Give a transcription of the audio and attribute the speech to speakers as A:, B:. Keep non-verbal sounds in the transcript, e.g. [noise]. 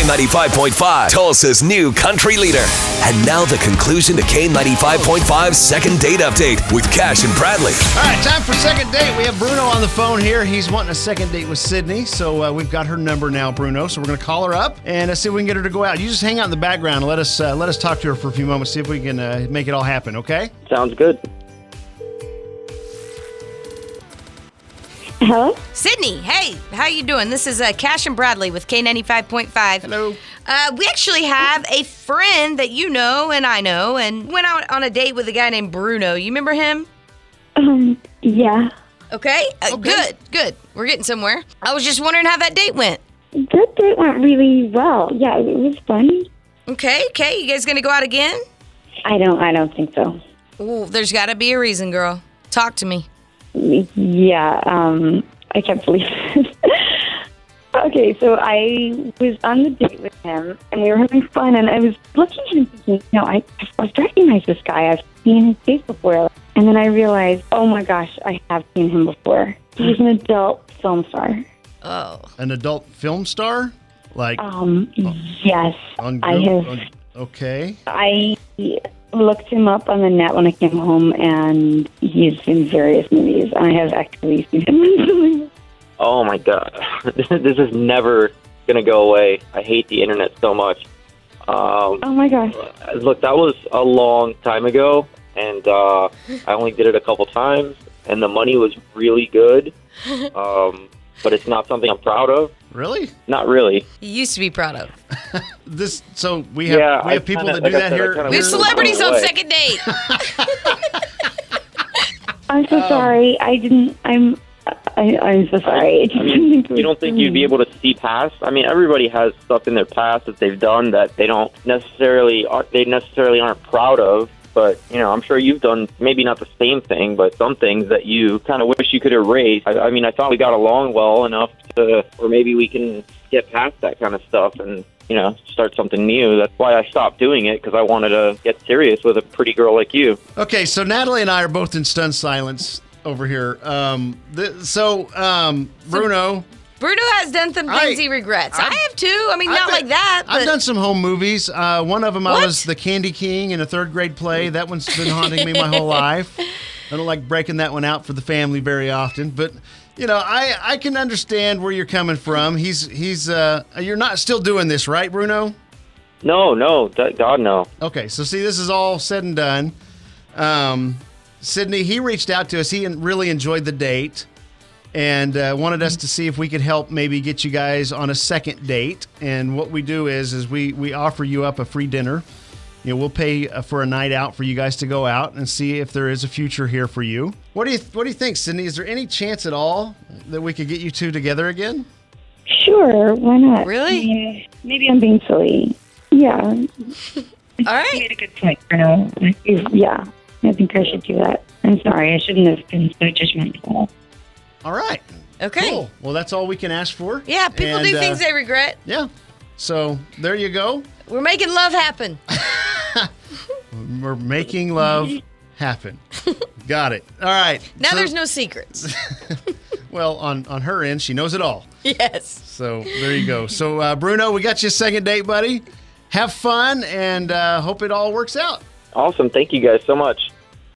A: K95.5, Tulsa's new country leader. And now the conclusion to K95.5's second date update with Cash and Bradley.
B: All right, time for second date. We have Bruno on the phone here. He's wanting a second date with Sydney, so uh, we've got her number now, Bruno. So we're gonna call her up and uh, see if we can get her to go out. You just hang out in the background. and Let us uh, let us talk to her for a few moments. See if we can uh, make it all happen. Okay?
C: Sounds good.
D: Hello?
E: Sydney, hey, how you doing? This is uh, Cash and Bradley with K95.5.
B: Hello.
E: Uh, we actually have a friend that you know and I know and went out on a date with a guy named Bruno. You remember him?
D: Um, yeah.
E: Okay, uh,
B: Oh,
E: good, good. We're getting somewhere. I was just wondering how that date went.
D: That date went really well. Yeah, it was fun.
E: Okay, okay, you guys gonna go out again?
D: I don't I don't think so.
E: Ooh, there's gotta be a reason, girl. Talk to me.
D: Yeah, um I can't believe it. [laughs] okay, so I was on the date with him and we were having fun and I was looking at him thinking, no, I I recognize this guy. I've seen his face before. And then I realized, oh my gosh, I have seen him before. He's an adult film star.
E: Oh,
B: An adult film star, like
D: Um, yes.
B: Oh. on
D: I
B: Google-
D: have
B: on- okay.
D: I looked him up on the net when I came home, and he's in various movies. I have actually seen him. [laughs]
C: Oh my god, [laughs] this is never gonna go away. I hate the internet so much. Um,
D: oh my gosh!
C: look, that was a long time ago, and uh, I only did it a couple times, and the money was really good. Um, but it's not something I'm proud of.
B: Really?
C: Not really.
E: you used to be proud of.
B: This. So we have
C: Yeah,
B: we have
C: I
B: people
C: kinda-
B: that do
C: like I
B: that
C: said, I
B: here.
C: kinda
E: There's
C: We're
E: celebrities
C: going
E: on
C: away.
E: second
B: [laughs]
E: date.
D: I'm so sorry. I didn't. I'm. I, I'm so sorry. I just didn't um, [laughs] think it
C: You don't
D: was
C: think you'd be
D: funny.
C: able to see past? I mean, everybody has stuff in their past that they've done that they don't necessarily aren't they necessarily aren't proud of. But you know, I'm sure you've done maybe not the same thing, but some things that you kind of wish you could erase. I, I mean, I thought we got along well enough to, or maybe we can get past that kind of stuff and you know start something new. That's why I stopped doing it because I wanted to get serious with a pretty girl like you.
B: Okay, so Natalie and I are both in stunned silence over here. Um, th- so um, Bruno,
E: Bruno has done some
B: I-
E: things he regrets. i
B: I've-
E: have too. I mean,
B: I've
E: not
B: been-
E: like that. But
B: I've done some home movies. Uh, one of them, I
E: What?
B: was the Candy King in a third grade play. That one's been haunting me my whole life. I don't like breaking that one out for the family very often, but you know, I I can understand where you're coming from. He's he's uh, you're not still doing this, right, Bruno?
C: No, no, d- God, no.
B: Okay, so see, this is all said and done. Um, Sydney, he reached out to us. He en- really enjoyed the date and uh, wanted us to see if we could help maybe get you guys on a second date. And what we do is, is we we offer you up a free dinner. You know, we'll pay uh, for a night out for you guys to go out and see if there is a future here for you. What do you What do you think, Sydney? Is there any chance at all that we could get you two together again?
D: Sure. Why not?
E: Really?
D: I mean, maybe I'm being silly. Yeah.
E: all right.
B: [laughs]
D: made a good point, Bruno. Yeah. I think I should do that. I'm sorry. I shouldn't have been so judgmental.
B: All right.
E: Okay.
B: Cool. Well, that's all we can ask for.
E: Yeah, people
B: And,
E: do
B: uh,
E: things they regret.
B: Yeah. So there you go.
E: We're making love happen.
B: We're making love
E: [laughs]
B: happen. Got it. All right. [laughs]
E: Now
B: So-
E: there's no secrets.
B: well on on her end, she knows it all.
E: yes.
B: So there you go. So uh, Bruno, we got you a second date, buddy. Have fun and uh, hope it all works out.
C: Awesome, thank you guys so much.